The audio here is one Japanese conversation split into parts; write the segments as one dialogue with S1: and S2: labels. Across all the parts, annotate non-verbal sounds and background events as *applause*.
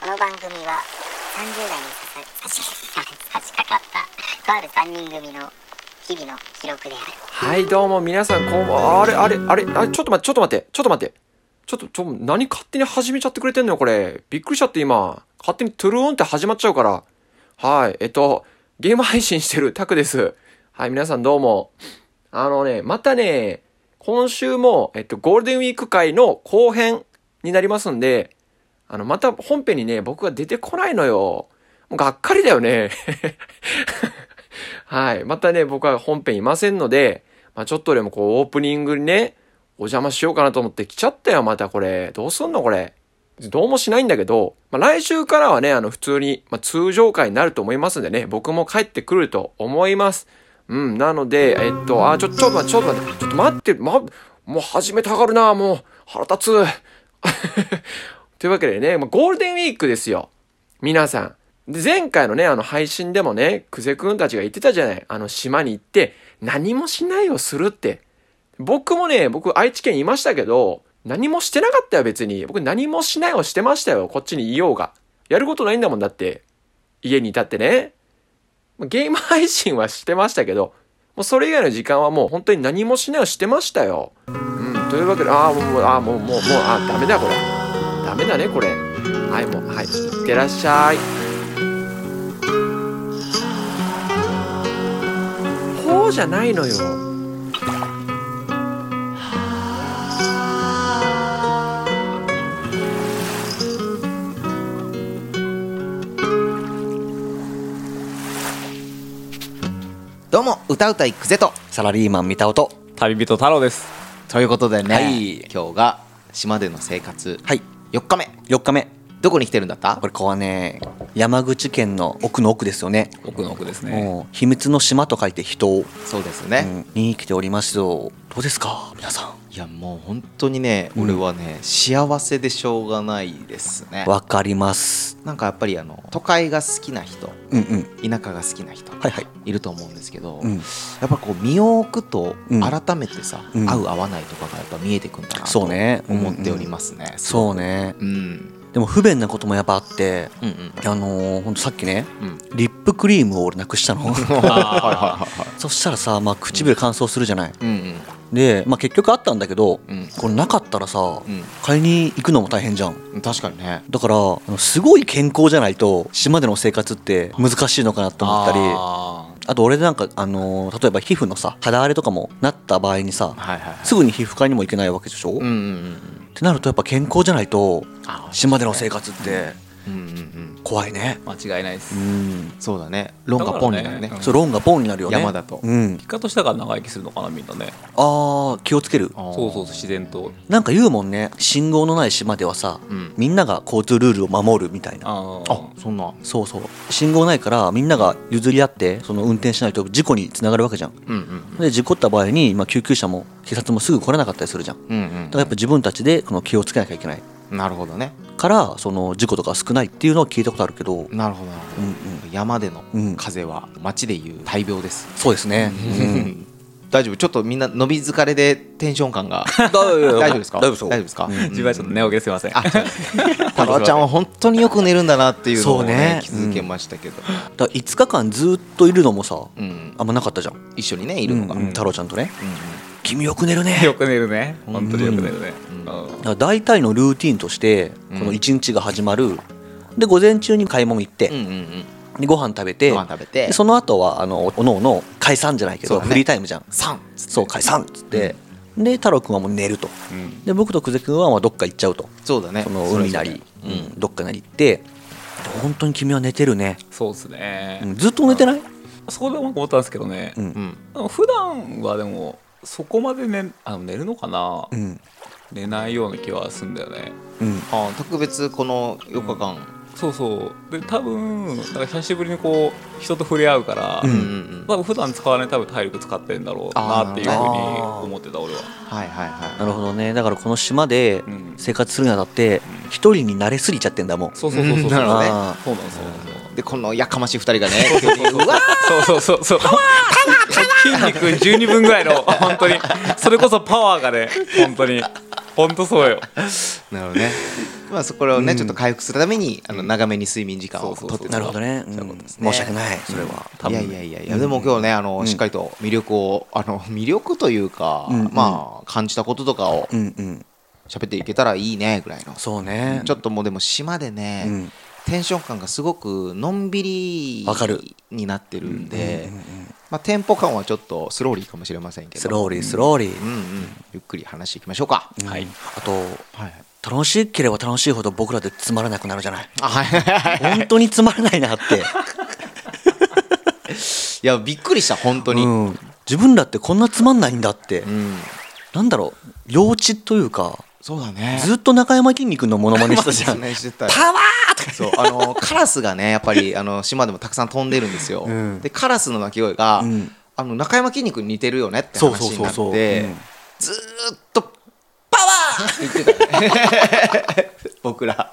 S1: この番組は30代にささ差し差し掛かったとある3人組の日々の記録である
S2: はい、どうも皆さん、こうも、あれ、あれ、あれ、あれ、ちょっと待って、ちょっと待って、ちょっと待って。ちょっと、ちょ、何勝手に始めちゃってくれてんのよ、これ。びっくりしちゃって、今。勝手にトゥルーンって始まっちゃうから。はい、えっと、ゲーム配信してるタクです。はい、皆さんどうも。あのね、またね、今週も、えっと、ゴールデンウィーク会の後編になりますんで、あの、また本編にね、僕が出てこないのよ。もうがっかりだよね。はい。またね、僕は本編いませんので、まあ、ちょっとでもこう、オープニングにね、お邪魔しようかなと思って来ちゃったよ、またこれ。どうすんの、これ。どうもしないんだけど、まあ、来週からはね、あの、普通に、まあ、通常回になると思いますんでね、僕も帰ってくると思います。うん、なので、えっと、あ、ちょ、ちょっと待って、ちょっと待って、ちょっと待って、ま、もう始めたがるな、もう、腹立つ。というわけでね、まあ、ゴールデンウィークですよ。皆さん。で、前回のね、あの配信でもね、クゼくんたちが言ってたじゃない。あの島に行って、何もしないをするって。僕もね、僕愛知県いましたけど、何もしてなかったよ別に。僕何もしないをしてましたよ。こっちにいようが。やることないんだもんだって。家にいたってね。ゲーム配信はしてましたけど、もうそれ以外の時間はもう本当に何もしないをしてましたよ。うん、というわけで、ああ、もうもう、ああ、もう、もう、もう、ああ、ダメだこれ。ダメだねこれはいもうはいいってらっしゃいほうじゃないのよ
S3: どうも歌うたいくぜとサラリーマン見た音
S4: 旅人太郎です
S3: ということでね、
S4: はい
S3: 今日が島での生活、
S5: はい
S3: 4日目
S5: 4日目
S3: どこに来てるんだった
S5: これここはね山口県の奥の奥ですよね
S4: 奥の奥ですね
S5: もう秘密の島と書いて人、
S3: そうです
S5: う
S3: ね、
S5: んに来ておりますよどうですか皆さ
S3: いやもう本当にね、
S5: うん
S3: 俺はね幸せでしょうがないですね
S5: んわかります
S3: なんかやっぱりあの都会が好きな人
S5: うんうん
S3: 田舎が好きな人、
S5: はいはい
S3: いると思うんですけど、
S5: う
S3: や
S5: ん
S3: っぱこう身を置くと
S5: うん
S3: 改めてさ、
S5: うん
S3: 合う合わないとかがやっぱ見えてくんだなと
S5: そうね
S3: 思っておりますね、
S5: そうね
S3: うん、
S5: でも不便なこともやっぱあって
S3: うんうん
S5: あのー、ほんとさっきね
S3: うん
S5: リップクリームを俺なく
S3: *laughs*
S5: したの
S4: あ
S5: そしたらさ、まあ、唇乾燥するじゃない
S3: うんうん
S5: で、まあ、結局あったんだけど
S3: うん
S5: これなかったらさ
S3: うん
S5: 買いに行くのも大変じゃん
S3: うん確かにね
S5: だからあのすごい健康じゃないと島での生活って難しいのかなと思ったりあ
S3: あ
S5: と俺なんか、あのー例えば皮膚のさ肌荒れとかもなった場合にさ
S3: ーはいはいはい
S5: すぐに皮膚科にも行けないわけでしょ、
S3: うん
S5: っ
S3: うんうんうん
S5: てなるとやっぱ健康じゃないと
S3: あー
S5: 島での生活って
S3: うんうんうん
S5: 怖いね
S4: あ間違いないで
S5: う
S4: す
S5: ん
S3: そうだねロンがポンになるね
S4: だからね
S5: そうロンがポンになるよね
S3: 山だと
S5: うん
S4: 結果としたから長生きするのかなみんなね
S5: あー気をつける
S4: そうそうそう自然と
S5: なんか言うもんね信号のない島ではさ、
S3: うん
S5: みんなが交通ルールを守るみたいな
S4: あ
S3: あーあそんな
S5: そうそう信号ないからみんなが譲り合ってその運転しないと事故につながるわけじゃん
S3: うんうん
S5: で事故った場合に、まあ、救急車も警察もすぐ来れなかったりするじゃんだか
S3: うんうん
S5: らやっぱ自分たちでこの気をつけなきゃいけない
S3: なるほどね
S5: からその事故とか少ないっていうのを聞いたことあるけど
S3: なるほどなるほど、
S5: うん
S3: 山での
S5: うん
S3: 風は町でいう大病です、
S5: そうです
S3: *laughs*
S5: ね、うん、
S3: 大丈夫ちょっとみんな伸び疲れでテンション感が
S5: 大丈
S3: 大丈夫ですか
S5: 大丈夫
S3: 大丈夫
S5: で
S3: ですすか、
S4: 自分はちょっと寝起きですいません
S3: 太郎ちゃんは本当によく寝るんだなっていうのを、ね気
S5: そうね
S3: づけましたけど、
S5: だから5日間ずっといるのもさ
S3: うん
S5: あんまなかったじゃん
S3: 一緒にねいるのが、
S5: う
S3: うんん
S5: うん太郎ちゃんとね「君よく寝るね」
S4: よく寝るね本当によく寝るねうん
S5: だから大体のルーティンとして
S3: うん
S5: この1日が始まるで午前中に買い物行って
S3: うんうんうん
S5: でご飯食べて
S3: ご飯食べて
S5: でその後はあのおのおの解散じゃないけ
S3: そう
S5: ど
S3: だね
S5: フリータイムじゃん
S3: 3
S5: そう解散っつってで太郎くんはもう寝ると
S4: うん
S5: で僕と久世君はまあどっか行っちゃうと
S3: そうだね
S5: その海なり
S3: それそれ
S5: うんどっかなり行って本当に君は寝てるね、
S4: そうです
S5: う
S4: ね
S5: んずっと寝てない
S4: そこでも思ったんですけどね
S5: うん
S3: うんうん
S4: でも普段はでもそこまで寝あ寝るのかな
S5: うん
S4: 寝ないような気はするんだよね
S5: うん
S3: あー特別この4日間、
S4: そうそうで多分なんか久しぶりにこう人と触れ合うから
S5: うん
S3: うん
S4: 多分普段使わない多分体力使ってんだろうなっていうふうに思ってた俺は
S3: はいはいはい
S5: なるほどねだからこの島で
S4: うん
S5: 生活するにあたって一人に慣れすぎちゃってんだもん
S4: そうそうそうそうそう
S3: なるほどね
S5: あ
S4: そうなんですよ
S3: でこのやかましい2人がね
S4: そうそうそうそう筋肉12分ぐら
S5: *laughs*
S4: いの本当にそれこそパワーがね本当に本当そうよ
S3: なるほどねまあそこをね、ちょっと回復するためにあの長めに睡眠時間を
S4: そうそう
S3: と
S4: そう
S3: って
S5: なるほどね、うん
S3: そういうことですね
S5: 申し訳ないそれは多
S3: い
S5: 分
S3: やいやいやいやでも今日ねあのしっかりと魅力をあの魅力というか
S5: うん
S3: まあ感じたこととかを
S5: うんうん
S3: 喋っていけたらいいねぐらいの
S5: そうね
S3: ちょっともうでも島でね、
S5: うん
S3: テンション感がすごくのんびり
S5: わかる
S3: になってるんで、まあ、テンポ感はちょっとスローリーかもしれませんけど
S5: スローリースローリ
S3: うん
S5: ー、
S3: うん、ゆっくり話していきましょうか、
S5: うん
S3: はい、
S5: あと
S3: はい、
S5: 楽しければ楽しいほど僕らでつまらなくなるじゃ
S3: *laughs*
S5: ない
S3: あはい
S5: 本当につまらないなって
S3: いやびっくりした本当に、
S5: う
S3: うん
S5: ん自分らってこんなつまんないんだって、なんだろう幼稚というか
S3: そうだね
S5: ずっと中山筋肉のモノマネしてたじゃん
S3: まあしてたパワーとかそうあのカラスがねやっぱりあの島でもたくさん飛んでるんですよ、
S5: ん
S3: でカラスの鳴き声が、
S5: うん
S3: あの中山筋肉に似てるよねって
S5: そうそう
S3: 話に
S5: そ
S3: なって
S5: うそううん
S3: ずーっとパワーって言ってたね *laughs* 僕ら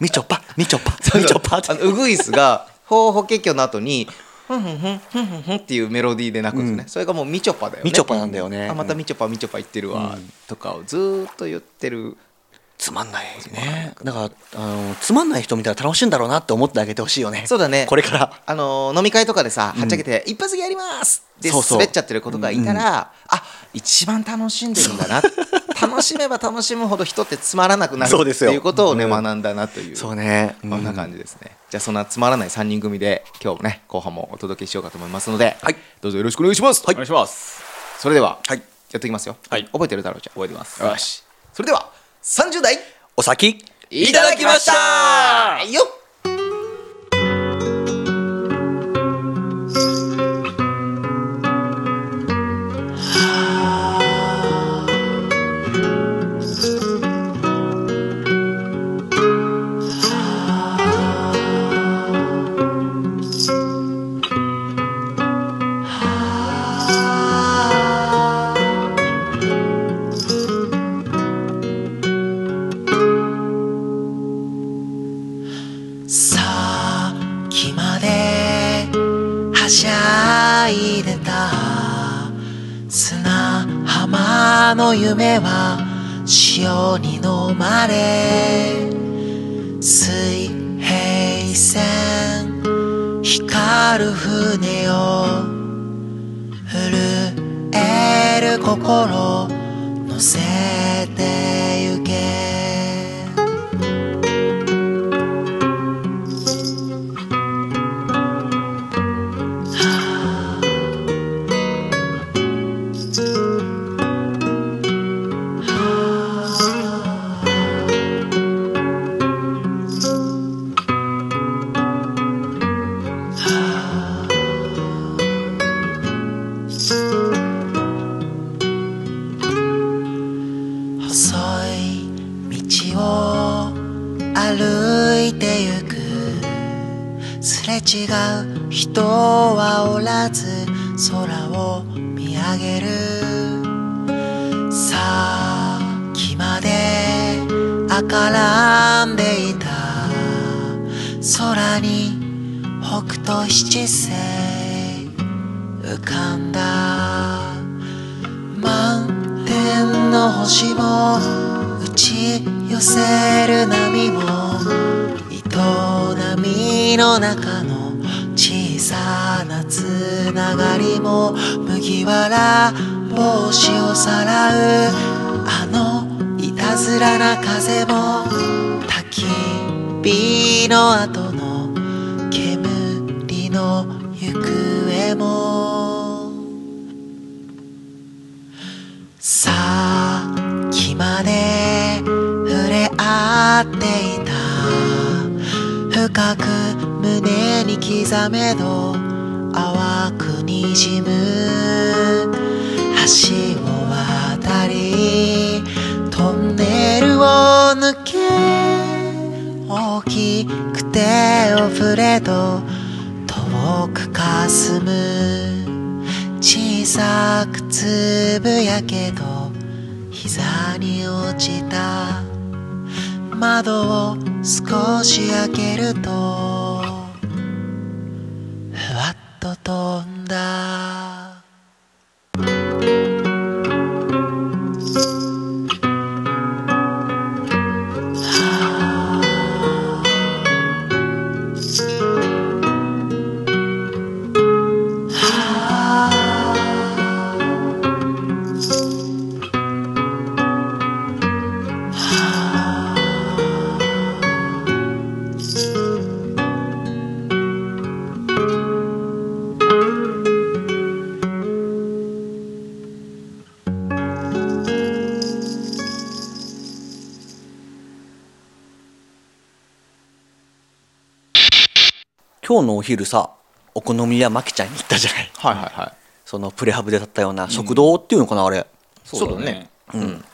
S5: みちょぱみちょぱみちょぱっ
S3: あ
S5: て
S3: のウグイスがほうほけきょの後にふんふんふんふんふんふんっていうメロディーで鳴くんですね、それがもうみちょぱだよね
S5: みちょぱなんだよね
S3: あまたみちょぱみちょぱ言ってるわ、とかをずーっと言ってる
S5: つまんないねだからあのつまんない人見たら楽しいんだろうなって思ってあげてほしいよね
S3: そうだね
S5: これから
S3: あのー飲み会とかでさはっちゃけて、一発芸やりますって
S5: そうそう
S3: 滑っちゃってることがいたら、あ一番楽しんでるんだな楽しめば楽しむほど人ってつまらなくなる
S5: そう
S3: っ
S5: です
S3: て
S5: よ
S3: いうことをね、学んだなという
S5: そうね
S3: こんな感じですね、じゃあそんなつまらない3人組で今日もね後半もお届けしようかと思いますので、
S4: はい
S3: どうぞよろしくお願いします、
S4: お願いします
S3: それでは、
S4: はい
S3: やっていきますよ、
S4: はい
S3: 覚えてるだろうじゃん
S4: 覚えてます
S3: よしそれでは30代
S5: お先
S3: いただきましたよっ
S6: さっきまではしゃいでた砂浜の夢は潮に飲まれ水平線光る船を震える心乗せてゆけ細い道を歩いてゆくすれ違う人はおらず空を見上げるさあきまで赤らんでいた空に北斗七星浮かんだ満天の星も打ち寄せる波も営みの中の小さなつながりも麦わら帽子をさらうあのいたずらな風も焚き火の後の煙の行方もさっきまで触れ合っていた深く胸に刻めど淡くにじむ橋を渡りトンネルを抜け大きくておふれど遠くかすむ小さくつぶやけど膝に落ちた窓を少し開けるとふわっと飛んだ「
S5: 今日のお昼さお好み屋マキちゃんに行ったじゃない
S3: はいはいはい
S5: そのプレハブで立ったような食堂っていうのかな、あれ
S3: そうだね
S5: うん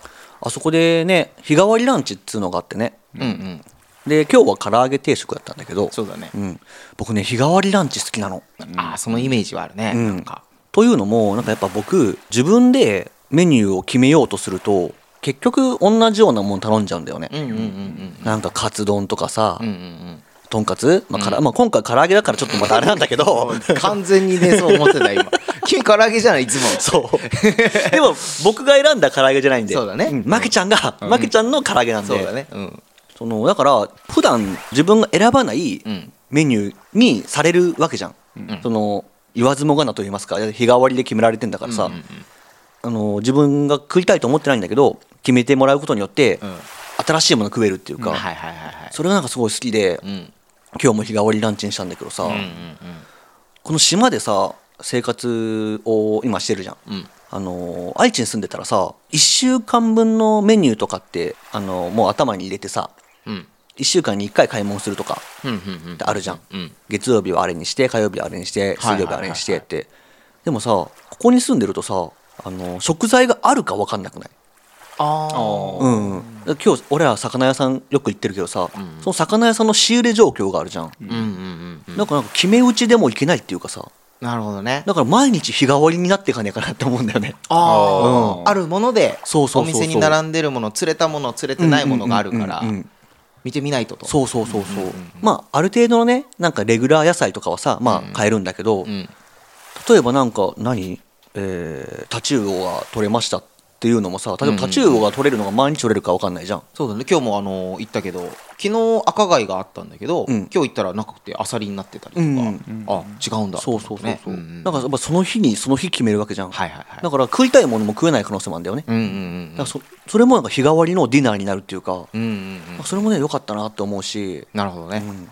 S5: あそこでね日替わりランチっつうのがあってね
S3: うんうん
S5: で今日は唐揚げ定食だったんだけど
S3: そうだね
S5: うん、僕ね日替わりランチ好きなの、
S3: ああそのイメージはあるね
S5: うん
S3: なんか
S5: というのもなんかやっぱ僕自分でメニューを決めようとすると結局同じようなもん頼んじゃうんだよね、
S3: うんうんうんうん
S5: なんかカツ丼とかさ、
S3: うんうん
S5: とんかつ、まあからまあ、今回唐揚げだからちょっとまたあれなん
S3: *laughs*
S5: だけど
S3: うん完全にね *laughs* そう思ってた今君唐揚げじゃないいつもそう
S5: でも僕が選んだ唐揚げじゃないんで
S3: そうだね
S5: んマキちゃんが、マキちゃんの唐揚げなんで
S3: そうだねうん
S5: そのだから普段自分が選ばない
S3: うん
S5: メニューにされるわけじゃん、その言わずもがなと言いますか日替わりで決められてんだからさ、あの自分が食いたいと思ってないんだけど決めてもらうことによって、
S3: うん
S5: 新しいもの食えるっていうか、
S3: はいはいはいはい
S5: それがなんかすごい好きで、
S3: うん
S5: 今日も日替わりランチにしたんだけどさ、この島でさ生活を今してるじゃん、
S3: ん
S5: あの愛知に住んでたらさ1週間分のメニューとかってあのもう頭に入れてさ
S3: うん
S5: 1週間に1回買い物するとか
S3: うんうん
S5: ってあるじゃん、
S3: うん
S5: 月曜日はあれにして火曜日はあれにして水曜日はあれにしてって、でもさここに住んでるとさあの食材があるか分かんなくない
S3: ああ
S5: うんうん、今日俺ら魚屋さんよく行ってるけどさ、その魚屋さんの仕入れ状況があるじゃん、
S3: うんうんうん
S5: なんかなんか決め打ちでもいけないっていうかさ
S3: なるほどね
S5: だから毎日日替わりになっていかねえかなって思うんだよね
S3: あー
S4: うん
S3: あるもので
S5: そうそうそうそ
S3: お
S5: う
S3: 店に並んでるもの釣れたもの釣れてないものがあるから
S5: うんうんうんうん
S3: 見てみないとと
S5: そうそうそうそう,、まあある程度のねなんかレギュラー野菜とかはさまあ買えるんだけど、
S3: ん
S5: 例えばなんか何えー、タチウオが取れましたっていうのもさ例えばタチウオが取れるのが毎日取れるか分かんないじゃん、
S3: そうだね今日もあの行ったけど昨日赤貝があったんだけど、
S5: うん
S3: 今日行ったらなくてアサリになってたりとか、
S5: うんうん
S3: あ違うんだ
S5: そうそうそうそう、
S3: ねんん
S5: だからやっぱその日にその日決めるわけじゃん、
S3: はいはいはい
S5: だから食いたいものも食えない可能性もあるんだよね、
S3: うんうん
S5: だからそそれもなんか日替わりのディナーになるっていうか、
S3: うんうんうんうん
S5: それもね良かったなって思うし、
S3: なるほどね、
S5: うん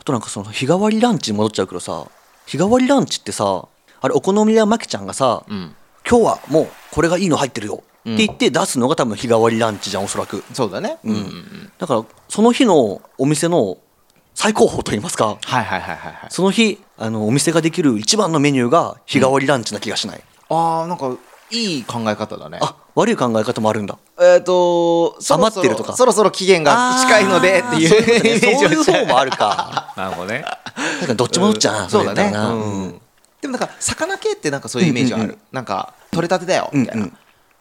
S5: あとなんかその日替わりランチに戻っちゃうけどさ日替わりランチってさあれお好み屋まきちゃんがさ、
S3: ん
S5: 今日はもうこれがいいの入ってるよって言って出すのが多分日替わりランチじゃんおそらく、
S3: そうだね、
S5: うんだからその日のお店の最高峰といいますか
S3: はいはいはいはいはい
S5: その日あのお店ができる一番のメニューが日替わりランチな気がしない、
S3: あーなんかいい考え方だね
S5: あ悪い考え方もあるんだ
S3: えっ、とそろそろ
S5: 余ってるとか
S3: そろそろ期限が近いのでっていうイメージ
S5: そう
S3: を
S5: いう
S3: した
S5: 方もあるか
S3: *laughs*
S4: なるほどね。
S5: 確かにどっちもどっちゃな、
S3: そうだ
S5: れ
S3: ね
S5: やったらな
S3: う
S5: うん
S3: んでもなんか魚系ってなんかそういうイメージはある、
S5: うんうん
S3: なんか取れたてだよみたいな、
S5: うんうん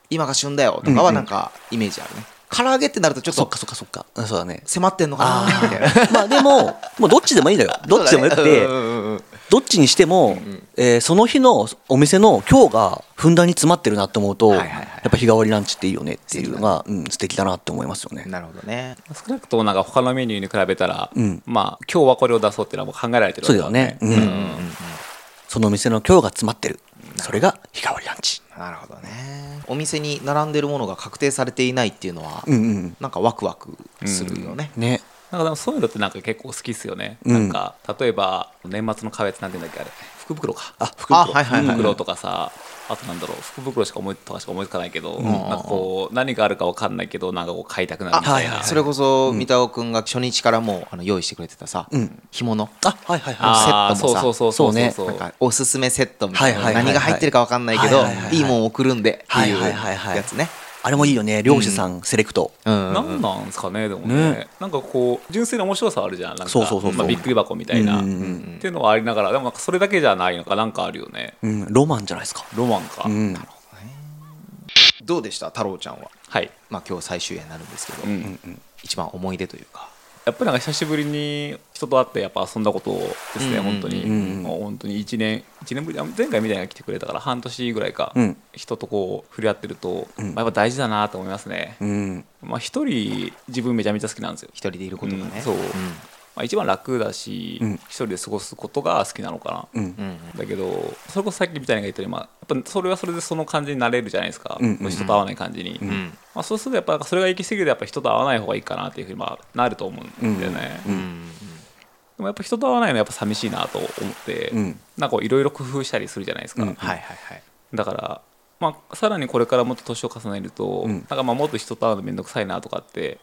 S3: 今が旬だよとかはなんかイメージあるね唐揚げってなるとちょっ
S5: そっ
S3: と
S5: かそっかそっかうんそう
S3: *laughs*
S5: だね
S3: 迫ってんのかなみたいな
S5: あまあでももうどっちでもいいんだよ *laughs* どっちでもよくて、どっちにしても、えーその日のお店の今日がふんだんに詰まってるなって思うと、
S3: いはいはい
S5: やっぱ日替わりランチっていいよねっていうのがうん素敵だなって思いますよね。
S3: なるほどね
S4: 少なくともなんか他のメニューに比べたら、
S5: うん
S4: まあ今日はこれを出そうっていうのはもう考えられてる
S5: そうだよね、うん
S4: うん
S5: そのお店の今日が詰まってるそれが日替わりランチ。
S3: なるほどねお店に並んでるものが確定されていないっていうのは、
S5: うんうん、
S3: なんかワクワクするよね、
S5: ね
S4: なんかでもそういうのってなんか結構好きっすよね。
S5: うん
S4: なんか例えば年末の壁ってなんて言うんだっけあれ福袋か。
S5: あ福
S3: あ
S5: 袋
S3: はいはいはい、
S4: 福袋とかさあとなんだろう福袋しか思いとかしか思いつかないけど、なんかこう何があるか分かんないけどなんかこう買いたくなるみたいな、
S5: あはいはい
S3: それこそ三田尾君が初日からもうあの用意してくれてたさ、
S5: ん
S3: 干物
S5: あはいはいはい
S4: あー
S3: セットもさ
S4: そうそうそうそうそう
S3: なんかおすすめセットみたいな、
S5: はいはいはいはい
S3: 何が入ってるか分かんないけど、
S5: はい
S3: い
S5: はいいはいはい
S3: もん送るんでっていう
S5: はいはいはいはい
S3: やつね、
S5: あれもいいよね漁師さんセレクト。
S3: うん
S4: なんなんですかねでもねなんかこう純粋な面白さあるじゃんなんか
S5: そうそうそうそう
S4: まあ、びっくり箱みたいな、
S5: うんうんう
S4: っていうのはありながらでもなんかそれだけじゃないのかなんかあるよね
S5: うん、ロマンじゃないですか。
S4: ロマンか、
S5: うん、
S3: どうでした太郎ちゃんは、
S4: はい
S3: まあ、今日最終夜になるんですけど、
S4: うん
S3: 一番思い出というか
S4: やっぱりなんか久しぶりに人と会ってやっぱ遊んだことです
S3: うん
S4: ね、
S3: うん
S4: 本当に、もう本当に1年一年ぶりあ前回みたいなのが来てくれたから半年ぐらいか、
S5: うん
S4: 人とこう触れ合ってると、まあやっぱ大事だなと思いますね、
S5: うん、
S4: まあ一人自分めちゃめちゃ好きなんですよ
S3: 一人でいることがね、
S4: うんそう、
S3: ん
S4: まあ、一番楽だし、
S5: ん
S4: 一人で過ごすことが好きなのかな、
S5: うん
S3: うん
S4: だけどそれこそさっきみたいなのが言ったように、まあ、やっぱそれはそれでその感じになれるじゃないですか、
S5: うんうんうん
S4: もう人と会わない感じに、
S3: ん
S4: まあ、そうするとやっぱなんかそれが行き過ぎるとやっぱ人と会わない方がいいかなっていうふうにまあなると思うんだよね、でもやっぱ人と会わないのはやっぱ寂しいなと思って、
S5: うん
S4: なんかいろいろ工夫したりするじゃないですか、
S3: はいはいはい
S4: だから、まあ、さらにこれからもっと年を重ねると、
S5: うん
S4: なんかまあもっと人と会うの面倒くさいなとかって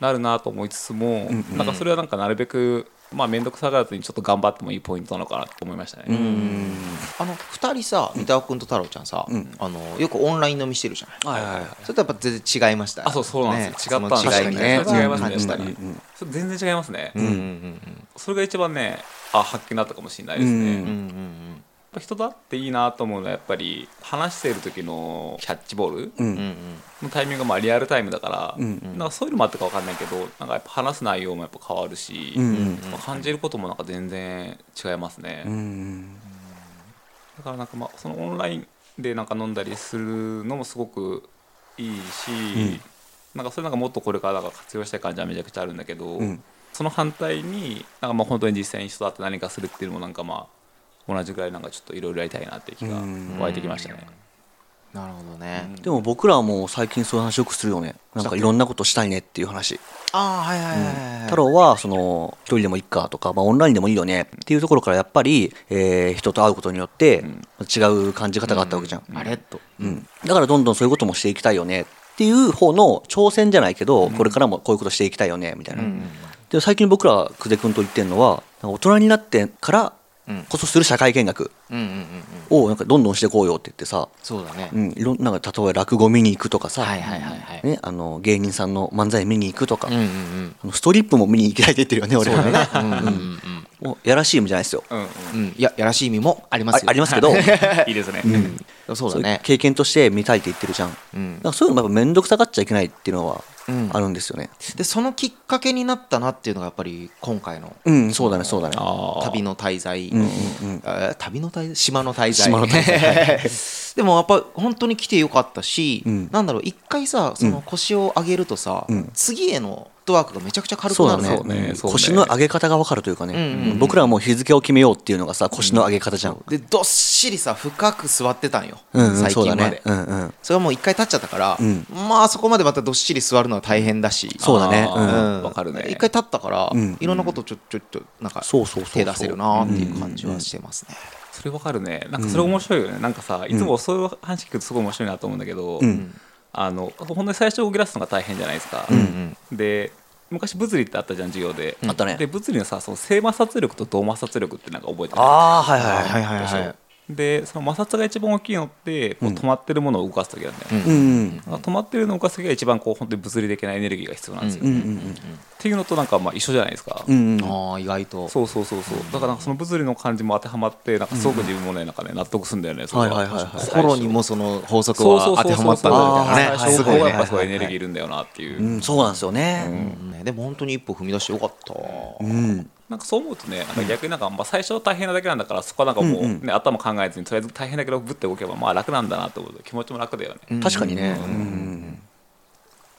S4: なるなと思いつつも、なんかそれはなんかなるべくまあ面倒くさがらずにちょっと頑張ってもいいポイントなのかなと思いましたね、
S3: あの2人さ三田君と太郎ちゃんさ、あのよくオンライン飲みしてるじゃん、
S4: はいはいはい
S3: それとやっぱ全然違いました
S4: あそうそうなんですよ、
S3: ね
S4: 違ったんです
S3: その違いにね
S4: 確かに違いますね
S3: 感じたね
S4: やっぱりそれ全然違いますね、
S3: うんうんうん
S4: それが一番ねあ発見だったかもしれないですね、
S5: うん
S3: うんう
S4: や
S3: ん
S4: っぱ人だっていいなと思うのはやっぱり話している時のキャッチボール
S5: う
S3: うんうんうん
S5: ん
S4: のタイミングがまあリアルタイムだから、
S5: うん
S4: なんかそういうのもあったか分かんないけどなんかやっぱ話す内容もやっぱ変わるし、
S5: うんうん
S4: まあ感じることもなんか全然違いますね、
S5: うん
S4: だからなんかまあそのオンラインでなんか飲んだりするのもすごくいいし、なんかそれなんかもっとこれからなんか活用したい感じはめちゃくちゃあるんだけど、
S5: うん
S4: その反対になんかまあ本当に実際に人だって何かするっていうのもなんかまあ同じぐらいなんかちょっといろいろやりたいなって気が湧いてきましたね。
S3: なるほどね、
S5: でも僕らはもう最近そういう話よくするよねなんかいろんなことしたいねっていう話
S3: ああはいはいはいはい、
S5: 太郎はその一人でもいいかとか、まあ、オンラインでもいいよねっていうところからやっぱり、えー人と会うことによって違う感じ方があったわけじゃん、
S3: あれと
S5: うん、だからどんどんそういうこともしていきたいよねっていう方の挑戦じゃないけど、これからもこういうことしていきたいよねみたいな、で最近僕ら久世君と言ってるのはなんか大人になってからこそする社会見学
S3: うんうんうんうん
S5: をなんかどんどんしていこうよって言ってさ、
S3: そうだね、
S5: うん、いろんなんか例えば落語見に行くとかさ、
S3: はいはいはいはい、
S5: ね、あの芸人さんの漫才見に行くとか、
S3: うんうん
S5: あのストリップも見に行きたいって言ってるよね俺らね
S3: うんうんうんうん
S5: もうやらしい意味じゃないですよ
S4: うんうん
S3: うんいややらしい意味もありますよ
S5: ああります
S3: *laughs*
S5: けど
S4: いいですね、
S3: そう
S5: そ
S3: だ
S5: ういう
S3: ね
S5: 経験として見たいって言ってるじゃん、
S3: うん
S5: だからそういうのもやっぱ面倒くさがっちゃいけないっていうのは
S3: うん
S5: あるんですよね、
S3: でそのきっかけになったなっていうのがやっぱり今回の
S5: うん、そうだね、そうだね。
S4: あ
S3: 旅の滞在、
S5: うんうん
S3: あー旅の滞在島の滞在
S5: 島の
S3: *laughs*
S5: 滞
S3: でもやっぱ本当に来てよかったし、
S5: うん
S3: なんだろう一回さその腰を上げるとさ、
S5: うん
S3: 次へのフットワークがめちゃくちゃ軽く
S5: そう
S3: な
S5: だ
S3: る
S5: ね
S3: の
S4: ねそうね
S5: 腰の上げ方が分かるというかね、
S3: うんうんうん
S5: 僕らはもう日付を決めようっていうのがさ腰の上げ方じゃん、
S3: でどっしりさ深く座ってたんよ、
S5: うんうん
S3: 最
S5: そう
S3: 近
S5: だ
S3: ま
S5: ね
S3: で、
S5: うんうん、
S3: それはもう一回立っちゃったから、
S5: うん
S3: まあそこまでまたどっしり座るのは大変だし
S5: そうだね
S4: あ
S5: う
S4: ー
S5: ん
S4: うんわかるね
S3: 一回立ったから、
S5: うん
S3: いろんなことちょちょちょなんか
S5: そうそうそうそう
S3: 手出せるなっていう感じはしてますね、
S4: それわかるねなんかそれ面白いよね、なんかさいつもそういう話聞くとすごい面白いなと思うんだけど、
S5: うん
S4: あのほんとに最初動き出すのが大変じゃないですか、で昔物理ってあったじゃん授業で、
S5: あったね
S4: で物理のさその正摩擦力と同摩擦力ってなんか覚えてる
S5: ああはいはい
S3: はいはいはい
S4: でその摩擦が一番大きいのってこう止まってるものを動かす時なんだよね、
S5: うんうん
S4: だから止まってるのを動かす時は一番こう本当に物理的なエネルギーが必要なんですよ、
S5: うんう
S4: っ
S5: ん
S4: ていうのとなんかまあ一緒じゃないですか、
S5: うんうん
S3: ああ意外と
S4: そうそうそうそうだからなんかその物理の感じも当てはまってなんかすごく自分もねなんかね納得するんだよねそれ
S5: はいはいはいはい
S4: 最初
S3: 心にもその法則
S4: そうそう
S3: は
S4: そ
S3: 当
S4: う
S3: てはまったんだみたいなね
S4: そうそ
S3: す
S4: うそうそ
S3: ご
S4: う
S3: い
S4: こ
S3: ね
S4: がやっぱすごいエネルギーいるんだよなっていう、
S5: うんそうなんですよね
S3: うんでも本当に一歩踏み出してよかった
S5: うん、
S4: なんかそう思うとねなんか逆になんかまあ最初は大変なだけなんだからそこはなんかもう、ね頭考えずにとりあえず大変だけどぶって動けばまあ楽なんだなと思うと気持ちも楽だよね、
S5: 確かにね、うん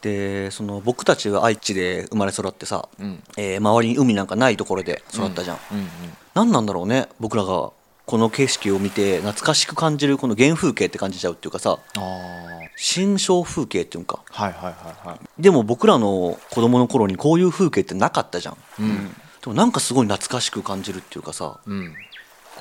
S5: でその僕たちは愛知で生まれ育ってさ、
S3: ん
S5: えー周りに海なんかないところで育ったじゃん、
S3: うんうん
S5: 何なんだろうね僕らがこの景色を見て懐かしく感じるこの原風景って感じちゃうっていうかさ
S3: ああ
S5: 新象風景っていうのか
S3: はいはいはいはい
S5: でも僕らの子供の頃にこういう風景ってなかったじゃん
S3: うん
S5: でもなんかすごい懐かしく感じるっていうかさ
S3: うん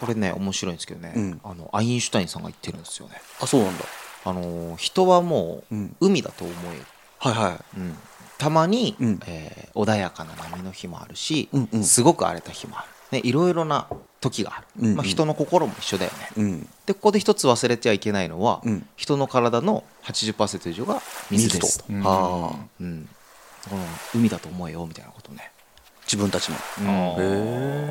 S3: これね面白いんですけどね、
S5: うん
S3: あのアインシュタインさんが言ってるんですよね
S5: あそうなんだ
S3: あのー人はもう
S5: うん
S3: 海だと思える、
S5: はいは
S3: うんたまに、
S5: うん
S3: えー穏やかな波の日もあるし、
S5: うんうん
S3: すごく荒れた日もある、ね、いろいろな時がある、
S5: うんうん
S3: まあ、人の心も一緒だよね、
S5: いうん
S3: でここで一つ忘れてはいけないのは、
S5: うん
S3: 人の体の80%以上が水ですと、
S4: うん
S5: ああ
S3: うん、この海だと思えよみたいなことね、
S5: 自分たちも
S4: あー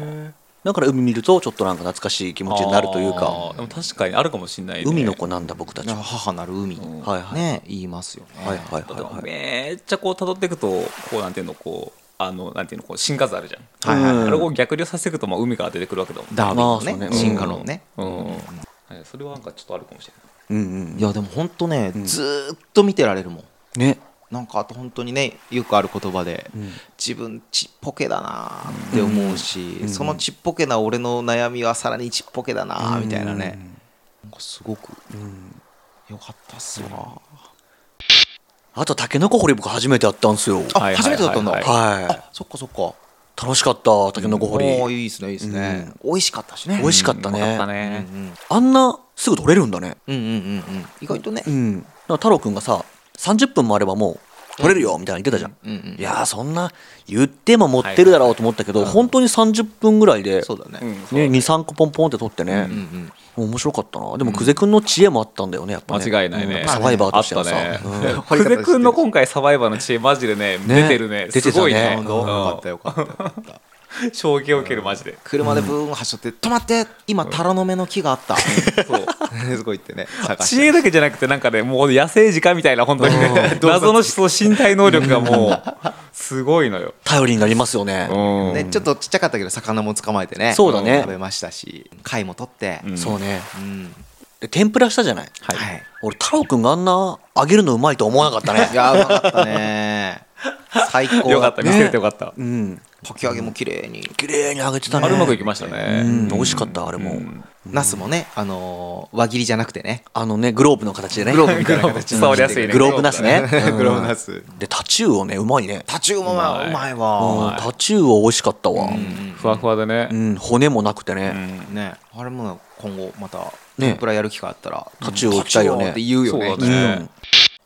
S5: だから海見るとちょっとなんか懐かしい気持ちになるという
S4: あ
S5: か
S4: ーでも確かにあるかもしれない、ね、
S5: 海の子なんだ僕たちは
S3: 母なる海、
S4: ん
S5: はいはい
S3: ね言いますよね、
S5: はいはい
S4: だから
S5: はい
S4: めっちゃこう辿っていくとこうなんていうのこうあのなんていうのこう進化図あるじゃん、
S3: はいはいはい
S4: あれをこう逆流させていくとまあ海から出てくるわけだもん
S3: ダーウィンのね
S5: まあそうね
S3: 進化論ね、
S4: うん、はいそれはなんかちょっとあるかもしれない
S5: うんうん
S3: いやでも本当ね、ずーっと見てられるもん
S5: ね
S3: なんかあと本当にねよくある言葉で、自分ちっぽけだなーって思うし、そのちっぽけな俺の悩みはさらにちっぽけだなーみたいなね、なんかすごく、よかったっすわ、
S5: あとタケノコ掘り僕初めてやったんすよ
S3: あ、
S4: はいはいはいはい
S3: 初めてだったんだ、
S5: は
S3: あそっかそっか
S5: い楽しかったタケノコ掘り
S3: おーいいですねいいですね、美味しかったしね
S5: 美味しかった
S4: うんよかった
S5: ね
S4: ね、
S5: あんなすぐ取れるんだね
S3: うんうんうんうん意外とね、
S5: うん、だから太郎くんがさ30分もあればもう取れるよみたいなの言ってたじゃん、
S3: うんうん
S5: いやーそんな言っても持ってるだろうと思ったけど、本当に30分ぐらいで、ね
S3: そうだね。
S5: 23個ポンポンって取ってね、
S3: うん
S5: 面白かったなでも久世君の知恵もあったんだよねやっぱ、ね、
S4: 間違いないね
S5: うんサバイバー
S4: あ
S5: と
S4: っ
S5: しては
S4: た
S5: さ、
S4: ね *laughs*
S5: うん
S4: 久世君の今回サバイバーの知恵マジでね
S5: ね
S4: 出てるね
S5: 出てたね
S4: すごいね
S5: なるほ
S3: どうよか
S4: う
S3: ったよかったよかった。
S4: ん衝撃を受けるマジで
S3: 車でブーン走って、止まって今、タラの芽の木があった。
S4: そう
S3: すごいってね、探し
S4: 知
S3: て。
S4: 恵だけじゃなくてなんかねもう野生鹿みたいな本当に *laughs* ね
S3: うん
S4: 謎の思想身体能力がもうすごいのよ、
S5: 頼りになりますよね、
S4: うん
S3: ね、ちょっとちっちゃかったけど魚も捕まえてね
S5: そうだね
S3: 食べましたし貝も取って
S4: うん
S5: そうね
S3: うん
S5: で天ぷらしたじゃない、
S3: はい
S5: 俺太郎くんがあんな揚げるのうまいとは思わなかったね
S3: いやーうまかった
S5: *laughs*
S3: ね最高
S4: よかった見せれてよかった、
S5: うん
S3: かき揚げも綺麗に
S5: 綺麗に揚げてたね
S4: あれうまくいきましたね、
S5: うん美味しかったあれも、
S4: うん
S3: ナスもねあのー輪切りじゃなくてね
S5: あのねグローブの形でね
S3: グローブみたいな形
S5: *laughs*
S4: 伝わりやすいね
S5: グローブな
S3: *laughs*
S5: しね
S3: グローブナス
S5: でタチウオねうまいね
S3: タチウオもうまいう
S4: ま
S3: ま
S4: い
S3: いうわ
S5: んタチウオ美味しかったわ
S4: ふわふわでね、
S5: うん骨もなくて
S4: う
S5: ね
S4: ん
S3: ねあれも今後また
S5: ね
S3: 天ぷらやる機会あったら
S5: タチウオ行きたいよね
S3: タチウオって言うよ
S4: そうだ
S3: ね
S4: ね
S5: うん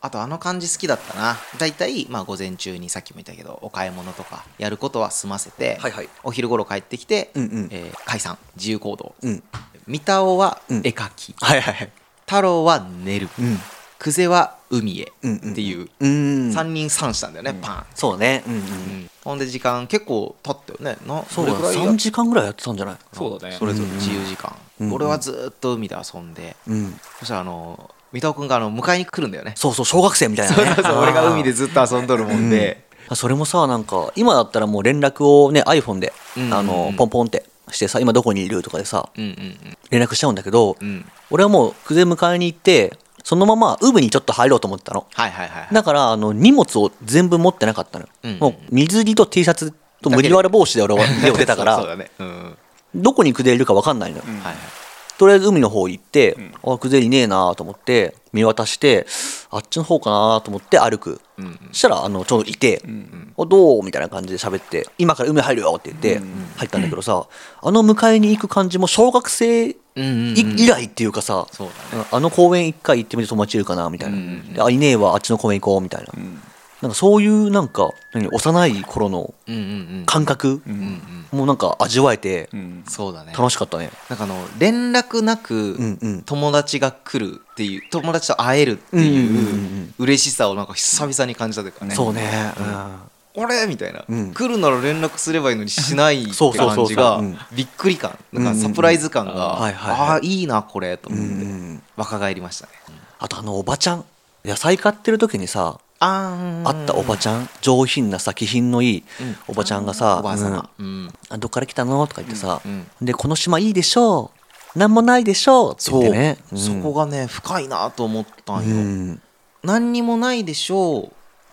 S3: あとあの感じ好きだったな大体まあ午前中にさっきも言ったけどお買い物とかやることは済ませて
S5: はいはい
S3: お昼頃帰ってきて
S5: うんうん
S3: えー解散自由行動
S5: うん
S3: 三田尾は
S5: うん
S3: 絵描き
S5: はいはいはい
S3: 太郎は寝る
S5: うん
S3: 久世は海へ
S5: うんうん
S3: っていう
S5: うん
S3: 3人3したんだよねパン
S5: そうねうんうん
S3: うんほんで時間結構経ったよねな
S5: そう
S3: ど
S5: だ
S3: れくらいや
S5: 3時間ぐらいやってたんじゃない
S4: そうだね
S3: それぞれ自由時間、
S5: うん
S3: 俺はずーっと海で遊んで、
S5: うん
S3: そしたらあの三田尾君があの迎えに来るんだよね
S5: *laughs* そうそう小学生みたいな
S3: そう
S5: ね
S3: そうそう俺が海でずっと遊んどるもんで、
S5: あそれもさなんか今だったらもう連絡をね iPhone で、
S3: うん
S5: あ
S3: う
S5: の
S3: ん
S5: ポンポンってしてさ今どこにいるとかでさ
S3: うん、うんうん
S5: 連絡しちゃうんだけど、
S3: うん
S5: 俺はもう久世迎えに行ってそのままウブにちょっと入ろうと思ってたの
S3: はいはいはい
S5: だからあの荷物を全部持ってなかったのよ、
S3: うん
S5: もう水着と T シャツと麦わら帽子で俺は家を出たか
S3: *laughs* そうそう
S5: ら
S3: だねうんはい
S5: どこに久世いるか分かんないのよ、
S3: はい
S5: とりあえず海の方行って、あ久世いねえなと思って見渡してあっちの方かなと思って歩く、
S3: うんうん
S5: そしたらあのちょうどいて、おどうみたいな感じで喋って今から海入るよって言って入ったんだけどさ、あの迎えに行く感じも小学生い
S3: うんうんうん
S5: 以来っていうかさ、
S3: そう
S5: あの公園一回行ってみて友達いるかなみたいな、
S3: うんうん
S5: であいねえわあっちの公園行こうみたいな,、
S4: ん
S5: なんかそういうなんか何幼い頃の
S3: うんうんうん
S5: 感覚、
S3: うん
S5: もうなんか味わえて
S4: うん
S3: うんそうだね
S5: 楽しかったね、
S3: なんかあの連絡なく
S5: うんうん
S3: 友達が来るっていう友達と会えるって
S5: うんうんうんう
S3: いうん嬉しさをなんか久々に感じたというかね
S5: そうね、
S3: 俺みたいな、
S5: うん
S3: 来るなら連絡すればいいのにしないって
S5: そうそうそうそ
S3: 感じ
S5: う
S3: が
S5: うん
S3: びっくり感なん
S5: う
S3: か
S5: んうん
S3: サプライズ感が、
S5: あはいはいはい
S3: ああいいなこれと思って、
S5: うんうん
S3: 若返りましたね
S5: あとあのおばちゃん野菜買ってる時にさ
S3: あー
S5: 会ったおばちゃん上品なさ気品のいいおばちゃんがさ、
S3: おばあ様、うん
S5: あどっから来たのとか言ってさ、
S3: うん
S5: でこの島いいでしょうなんもないでしょうって
S3: そ
S5: 言
S3: う
S5: ってねうん
S3: そこがね深いなと思ったん
S5: う
S3: よ、
S5: ん
S3: 何にもないでしょうっ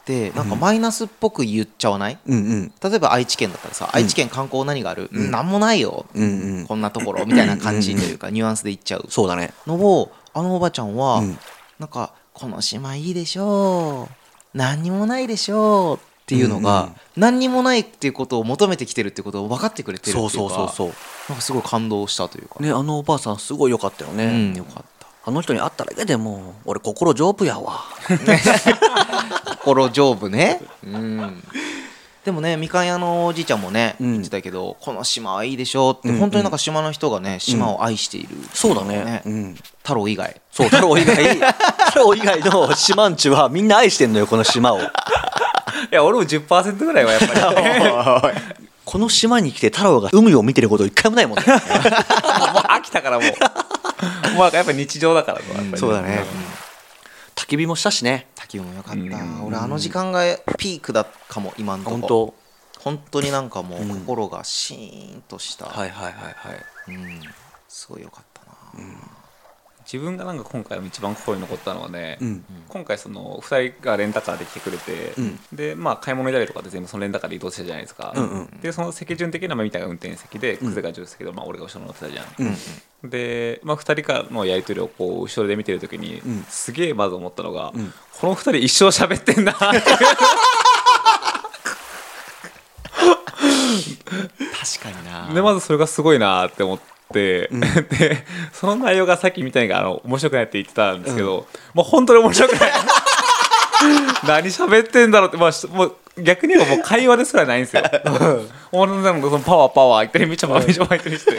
S3: てなんかマイナスっぽく言っちゃわない、
S5: うんうん
S3: 例えば愛知県だったらさ、愛知県観光何がある、うん、何もないよ、
S5: うんうん
S3: こんなところみたいな感じというかニュアンスで言っちゃう
S5: そうだね
S3: のをあのおばちゃんは、
S5: うん
S3: なんか「この島いいでしょう何にもないでしょう」っていうのが、
S5: うんうん
S3: 何にもないっていうことを求めてきてるってことを分かってくれてるってい
S5: そうう
S3: か
S5: そうそうそう
S3: なんかすごい感動したというか、
S5: ねあのおばあさんすごい良かったよね、
S3: うんよかった
S5: あの人に会っただけでもう俺心丈夫やわ
S3: 心丈夫ねうんでもねみかん屋のおじいちゃんもね
S5: うん
S3: 言ってたけど、この島はいいでしょうって、本当になんか島の人がね島を愛している、
S5: そうだね
S3: ね
S5: うん
S3: 太郎以外
S5: そう太郎以 *laughs* 外太郎以外の島んちはみんな愛してんのよこの島を
S4: いや俺も10%ぐらいはやっぱり、ね、
S5: この島に来て太郎が海を見てること一回もない *laughs* もんね
S4: もう *laughs* 飽きたからもうもうやっぱ日常だからもうやっぱり
S5: そうだね焚き火もしたしね
S3: 滝もよかった、
S4: うん
S3: 俺あの時間がピークだかも今んとこ
S5: 本当
S3: 本当になんかもう
S5: うん
S3: 心がシーンとした、
S5: はいはいはいはい
S3: うん、すごい良かったな、
S4: 自分がなんか今回一番心に残ったのはね、
S5: うん
S4: 今回その2人がレンタカーで来てくれて、
S5: うん
S4: でまあ買い物行ったりとかで全部そのレンタカーで移動してたじゃないですか、
S5: うんう
S4: でその席順的なまあみたいな運転席でクゼが助手席で、まあ、俺が後ろに乗ってたじゃん、
S5: うん
S4: で、まあ、2人からのやり取りをこう後ろで見てる時に、
S5: ん
S4: すげえまず思ったのが、
S5: ん
S4: この2人一生喋ってんなっていう
S3: 確かにな
S4: でまずそれがすごいなって思って、 *laughs* でその内容がさっきみたいにあの面白くないって言ってたんですけど、もう本当に面白くない *laughs* 何喋ってんだろうって、まあし、もう逆に言えばもう会話ですらないんですよ。俺のなんかそのパワーパワー言ってみちゃまめちゃま言ってるして。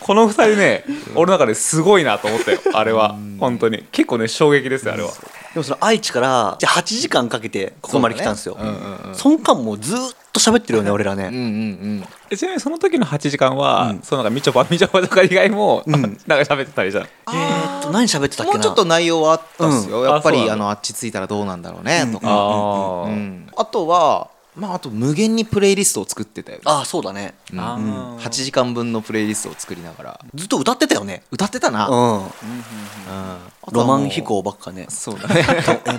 S4: この二人ね、俺の中ですごいなと思ったよ、あれは。本当に。結構ね、衝撃ですよ、あれは。
S5: でもその愛知からじゃあ8時間かけてここまで来たんですよ
S3: そうだねうんうんうん
S5: その間もうずーっと喋ってるよね俺らね、
S3: うんうん
S4: えちなみにその時の8時間は、そのなんかみちょぱみちょぱとか以外も、なんか喋ってたりじゃん。
S5: えーっと何喋って
S3: う
S5: た
S3: ん
S5: っ
S3: も
S5: けな
S3: うちょっと内容はあったっすよ、
S4: うん
S3: やっぱ
S4: あそう
S3: り
S4: なの
S3: あのあっち着いたらどうなんだろうねとか、
S4: あ
S3: うんあとはまああと無限にプレイリストを作ってたよ、ね
S5: ああそうだね
S3: うん
S4: あー
S3: うん8時間分のプレイリストを作りながら
S5: ずっと歌ってたよね
S3: 歌ってたな、
S5: う
S3: うん
S5: ん
S3: あとは
S5: ロ
S3: も
S5: マ
S3: う
S5: ン飛行ばっかね
S3: そうだね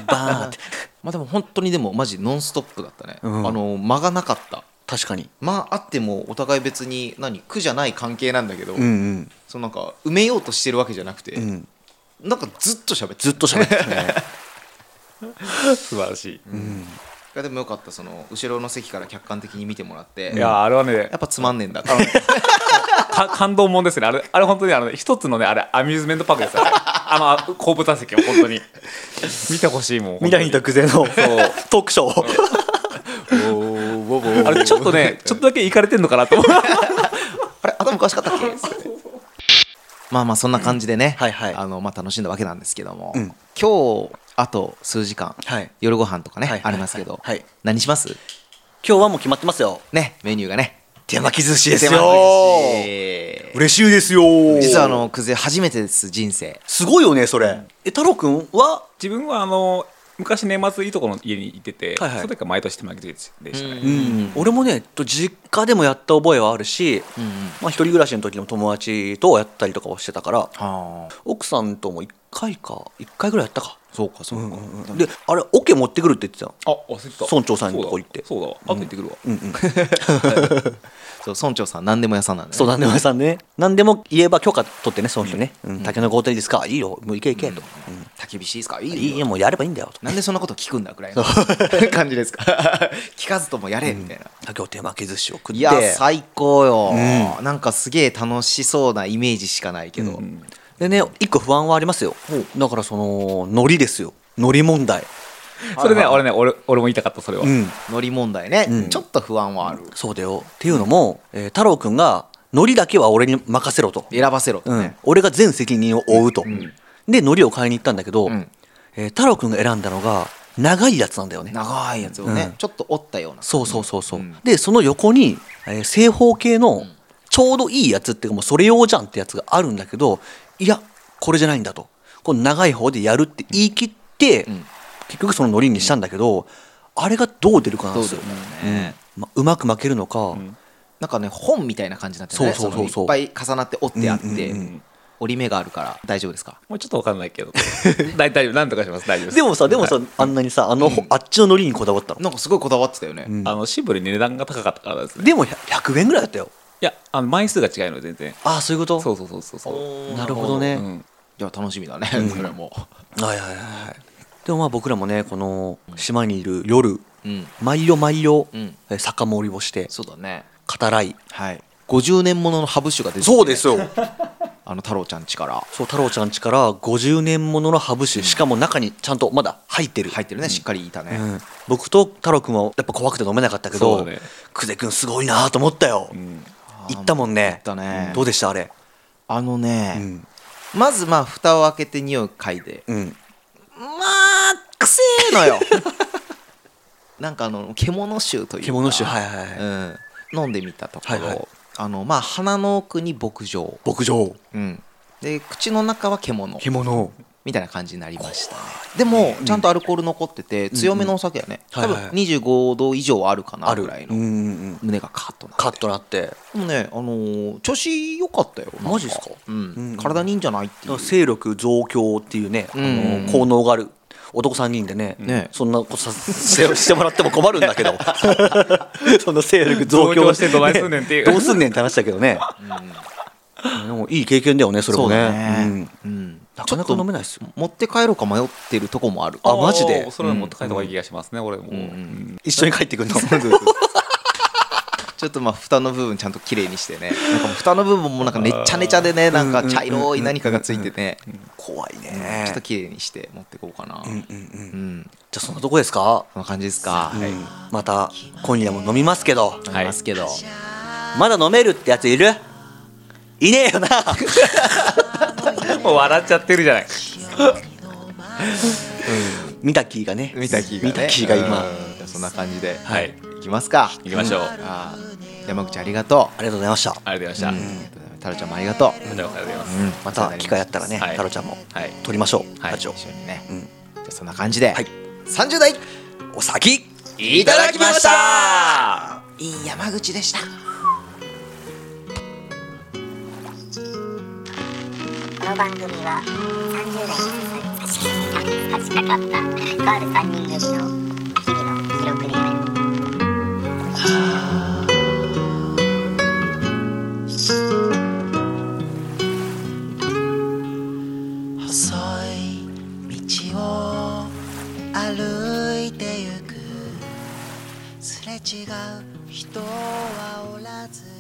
S5: バーって
S3: まあでも本当にでもマジノンストップだったね、
S5: うん
S3: あの間がなかった
S5: 確かに
S3: まああってもお互い別に何苦じゃない関係なんだけど、
S5: うんうん
S3: そのなんか埋めようとしてるわけじゃなくて、
S5: うん
S3: なんかずっと喋って
S5: ずっと喋ってた *laughs* ね
S4: 素晴らしい。
S3: たでもよかったその後ろの席から客観的に見てもらって
S4: いやー、あれはね
S3: やっ、ぱつまんねえんだ
S4: か *laughs* 感動もんですねあれあれ本当にあの一つのねあれアミューズメントパークですよあれあの後部座席を本当に見てほしいもん
S5: 未来に託前のトークショー
S3: *laughs*
S4: あれちょっと
S5: *laughs*
S4: ねちょっとだけいかれてんのかなと思う
S3: あれ頭おかしかった
S5: *laughs*
S3: っけまあまあそんな感じでね、
S5: はいはい
S3: あのまあ、楽しんだわけなんですけども、
S5: うん
S3: 今日あと数時間、
S5: はい
S3: 夜ご飯とかね、
S5: はいはいはい
S3: ありますけど、
S5: はい
S3: 何します
S5: 今日はもう決まってますよ
S3: ねメニューがね
S5: 手巻き寿司ですよ
S3: 手巻き寿司
S5: 嬉しいですよ
S3: 実はあのクゼ初めてです人生
S5: すごいよねそれえ太郎くんは
S4: 自分はあの昔年末いとこの家にいてて、
S5: はいはい
S4: その時は毎年手巻き寿司でしたね、
S5: うん俺もねえっと実家でもやった覚えはあるし、
S3: うんうん
S5: まあ、一人暮らしの時の友達とやったりとかはしてたから
S3: はあ
S5: 奥さんとも1回か1回ぐらいやったか
S3: そうかそうか、
S5: であれオケ持ってくるって言ってたの
S4: あ忘れてた
S5: 村長さんのとこ行って
S4: そうだわそうだわ後行ってくるわ、
S5: うんうん
S3: そう村長さん何でも屋さんなんで、ね、
S5: そうなんでも屋さんね何でも言えば許可取ってねその人ね「うん、竹の子ホテルですかいいよもう行け行け」と「うん
S3: 焚き火していいですかいいよ
S5: いいよもうやればいいんだよ」と
S3: なんでそんなこと聞くんだぐらいの *laughs* 感じですか聞かずともやれみたいな、
S5: 「今日手巻き寿司を食って
S3: いや最高よ、なんかすげえ楽しそうなイメージしかないけど、
S5: でね一個不安はありますよだからその海苔ですよ海苔問題
S4: それね俺ね俺俺も言いたかったそれは、
S5: うん
S3: ノリ問題ね、
S5: うん
S3: ちょっと不安はある、
S5: そうだよっていうのも、えー太郎くんが海苔だけは俺に任せろと、
S3: 選ばせろと
S5: うん
S3: ね、
S5: 俺が全責任を負うと、で海苔を買いに行ったんだけど、
S3: ん
S5: えー太郎くんが選んだのが長いやつなんだよね
S3: 長いやつをね、
S5: うん
S3: ちょっと折ったような
S5: そうそうそうそう、
S3: うん
S5: でその横に、えー正方形のちょうどいいやつっていうかもうそれ用じゃんってやつがあるんだけどいやこれじゃないんだとこの長い方でやるって言い切って、
S3: ん
S5: 結局そのノリにしたんだけど、あれがどう出るかなんですよ、
S3: どう出るか
S5: うん
S3: ね
S5: まあうまく負けるのか、
S3: なんかね本みたいな感じになってるね
S5: そうそうそうそ
S3: の
S5: う
S3: いっぱい重なって折ってあって、
S5: うんうんうん
S3: 折り目があるから大丈夫ですか
S4: もうちょっとわかんないけど *laughs* 大大丈夫なんとかします大丈夫す
S5: でもさでもさあんなにさあの、あっちのノリにこだわったの、
S3: なんかすごいこだわってたよね、
S5: うん
S4: あのシンプルに値段が高かったからですね
S5: でも100円ぐらいだったよ
S4: いやあの枚数が違うの全然
S5: ああそういうこと
S4: そうそうそうそうそう
S5: なるほどね、
S4: うん
S3: いや楽しみだね、それも
S5: はいはいはいはいでもまあ僕らもねこの島にいる夜
S3: うん
S5: 毎夜毎夜、
S3: うん
S5: えー酒盛りをして
S3: そうだね
S5: 語らい
S3: はい50年もののハブ酒が出てきて
S5: そうですよ
S3: あの太郎ちゃんちから
S5: そう太郎ちゃん家から50年もののハブ酒しかも中にちゃんとまだ入ってる
S3: 入ってるね、しっかりいたね、
S5: うん、僕と太郎くんはやっぱ怖くて飲めなかったけ
S4: そ
S5: ど、
S4: うだね
S5: 久世くんすごいなと思ったよ、
S4: うん
S5: 行ったもんね
S3: 行ったね
S5: どうでしたあれ
S3: あのね、
S5: うん
S3: まずまあ蓋を開けて匂い嗅いで
S5: うん
S3: まあくせえのよ *laughs* なんかあの獣臭というか
S5: 獣酒はいはいはい、
S3: うん、飲んでみたところ、
S5: はいはい
S3: あのまあ鼻の奥に牧場、
S5: 牧場
S3: うん、で口の中は獣
S5: 獣
S3: みたいな感じになりましたねでもちゃんとアルコール残ってて強めのお酒やね、
S5: はいはい
S3: 多分25度以上はあるかな
S5: ある
S3: ぐらい
S5: うん
S3: の
S5: うんうん
S3: 胸がカッとなって
S5: カッとなって
S3: でもね、あのー調子良かったよなん
S5: マジっすか
S3: うん
S5: うんうん
S3: 体にいいんじゃないっていう
S5: 勢力増強っていうね、あ
S3: うん
S5: の効能がある男3人でね
S3: ね
S5: そんなことさしてしてもらっても困るんだけどその勢力増強
S4: 増強してどないすんねんっていう
S5: どうすんねんって話だけどね、でもいい経験だよねそれも
S3: そう
S5: ね
S3: だね
S5: うん
S3: うん
S5: なかなか飲めないっすよ
S3: 持って帰ろうか迷ってるとこもある
S5: あマジで
S4: おーそれは持って帰った方がいい気がしますね、俺も、
S3: ん
S4: うん
S5: 一緒に帰ってくるの
S3: *laughs* ちょっとまあ蓋の部分ちゃんと綺麗にしてねなんかもう蓋の部分もなんかねっちゃねちゃでねなんか茶色い何かがついてね
S5: 怖いね
S3: ちょっと綺麗にして持ってこうかなうん
S5: じゃあそんなとこですか、
S3: こんな感じですか
S5: うんまた今夜も飲みますけど
S3: ありますけど
S5: まだ飲めるってやついるいねえよな
S4: もう笑っちゃってるじゃない
S5: 見た気がね
S3: 見た気がね
S5: 見た気が今、
S3: う
S5: あ
S3: んじゃあそんな感じで
S4: はい
S3: いきますか
S4: 行きましょう
S3: あー山口ありがとう
S5: りがとうございました
S4: ありがとうございまし
S3: 太郎ちゃんもありがとう
S4: たありがとうございます
S3: うん
S5: また機会あったらね
S4: はい
S5: 太郎ちゃんも
S4: はい
S5: 撮りましょう
S4: はい
S5: ラジオ
S3: 一緒にね
S5: ん
S3: じゃあそんな感じで
S5: はい
S3: 30代
S5: お先
S3: いただきましたいい山口でした
S1: この番組は30代に差し掛かったとある3人組の日々の記録である
S6: 細い道を歩いてゆくすれ違う人はおらず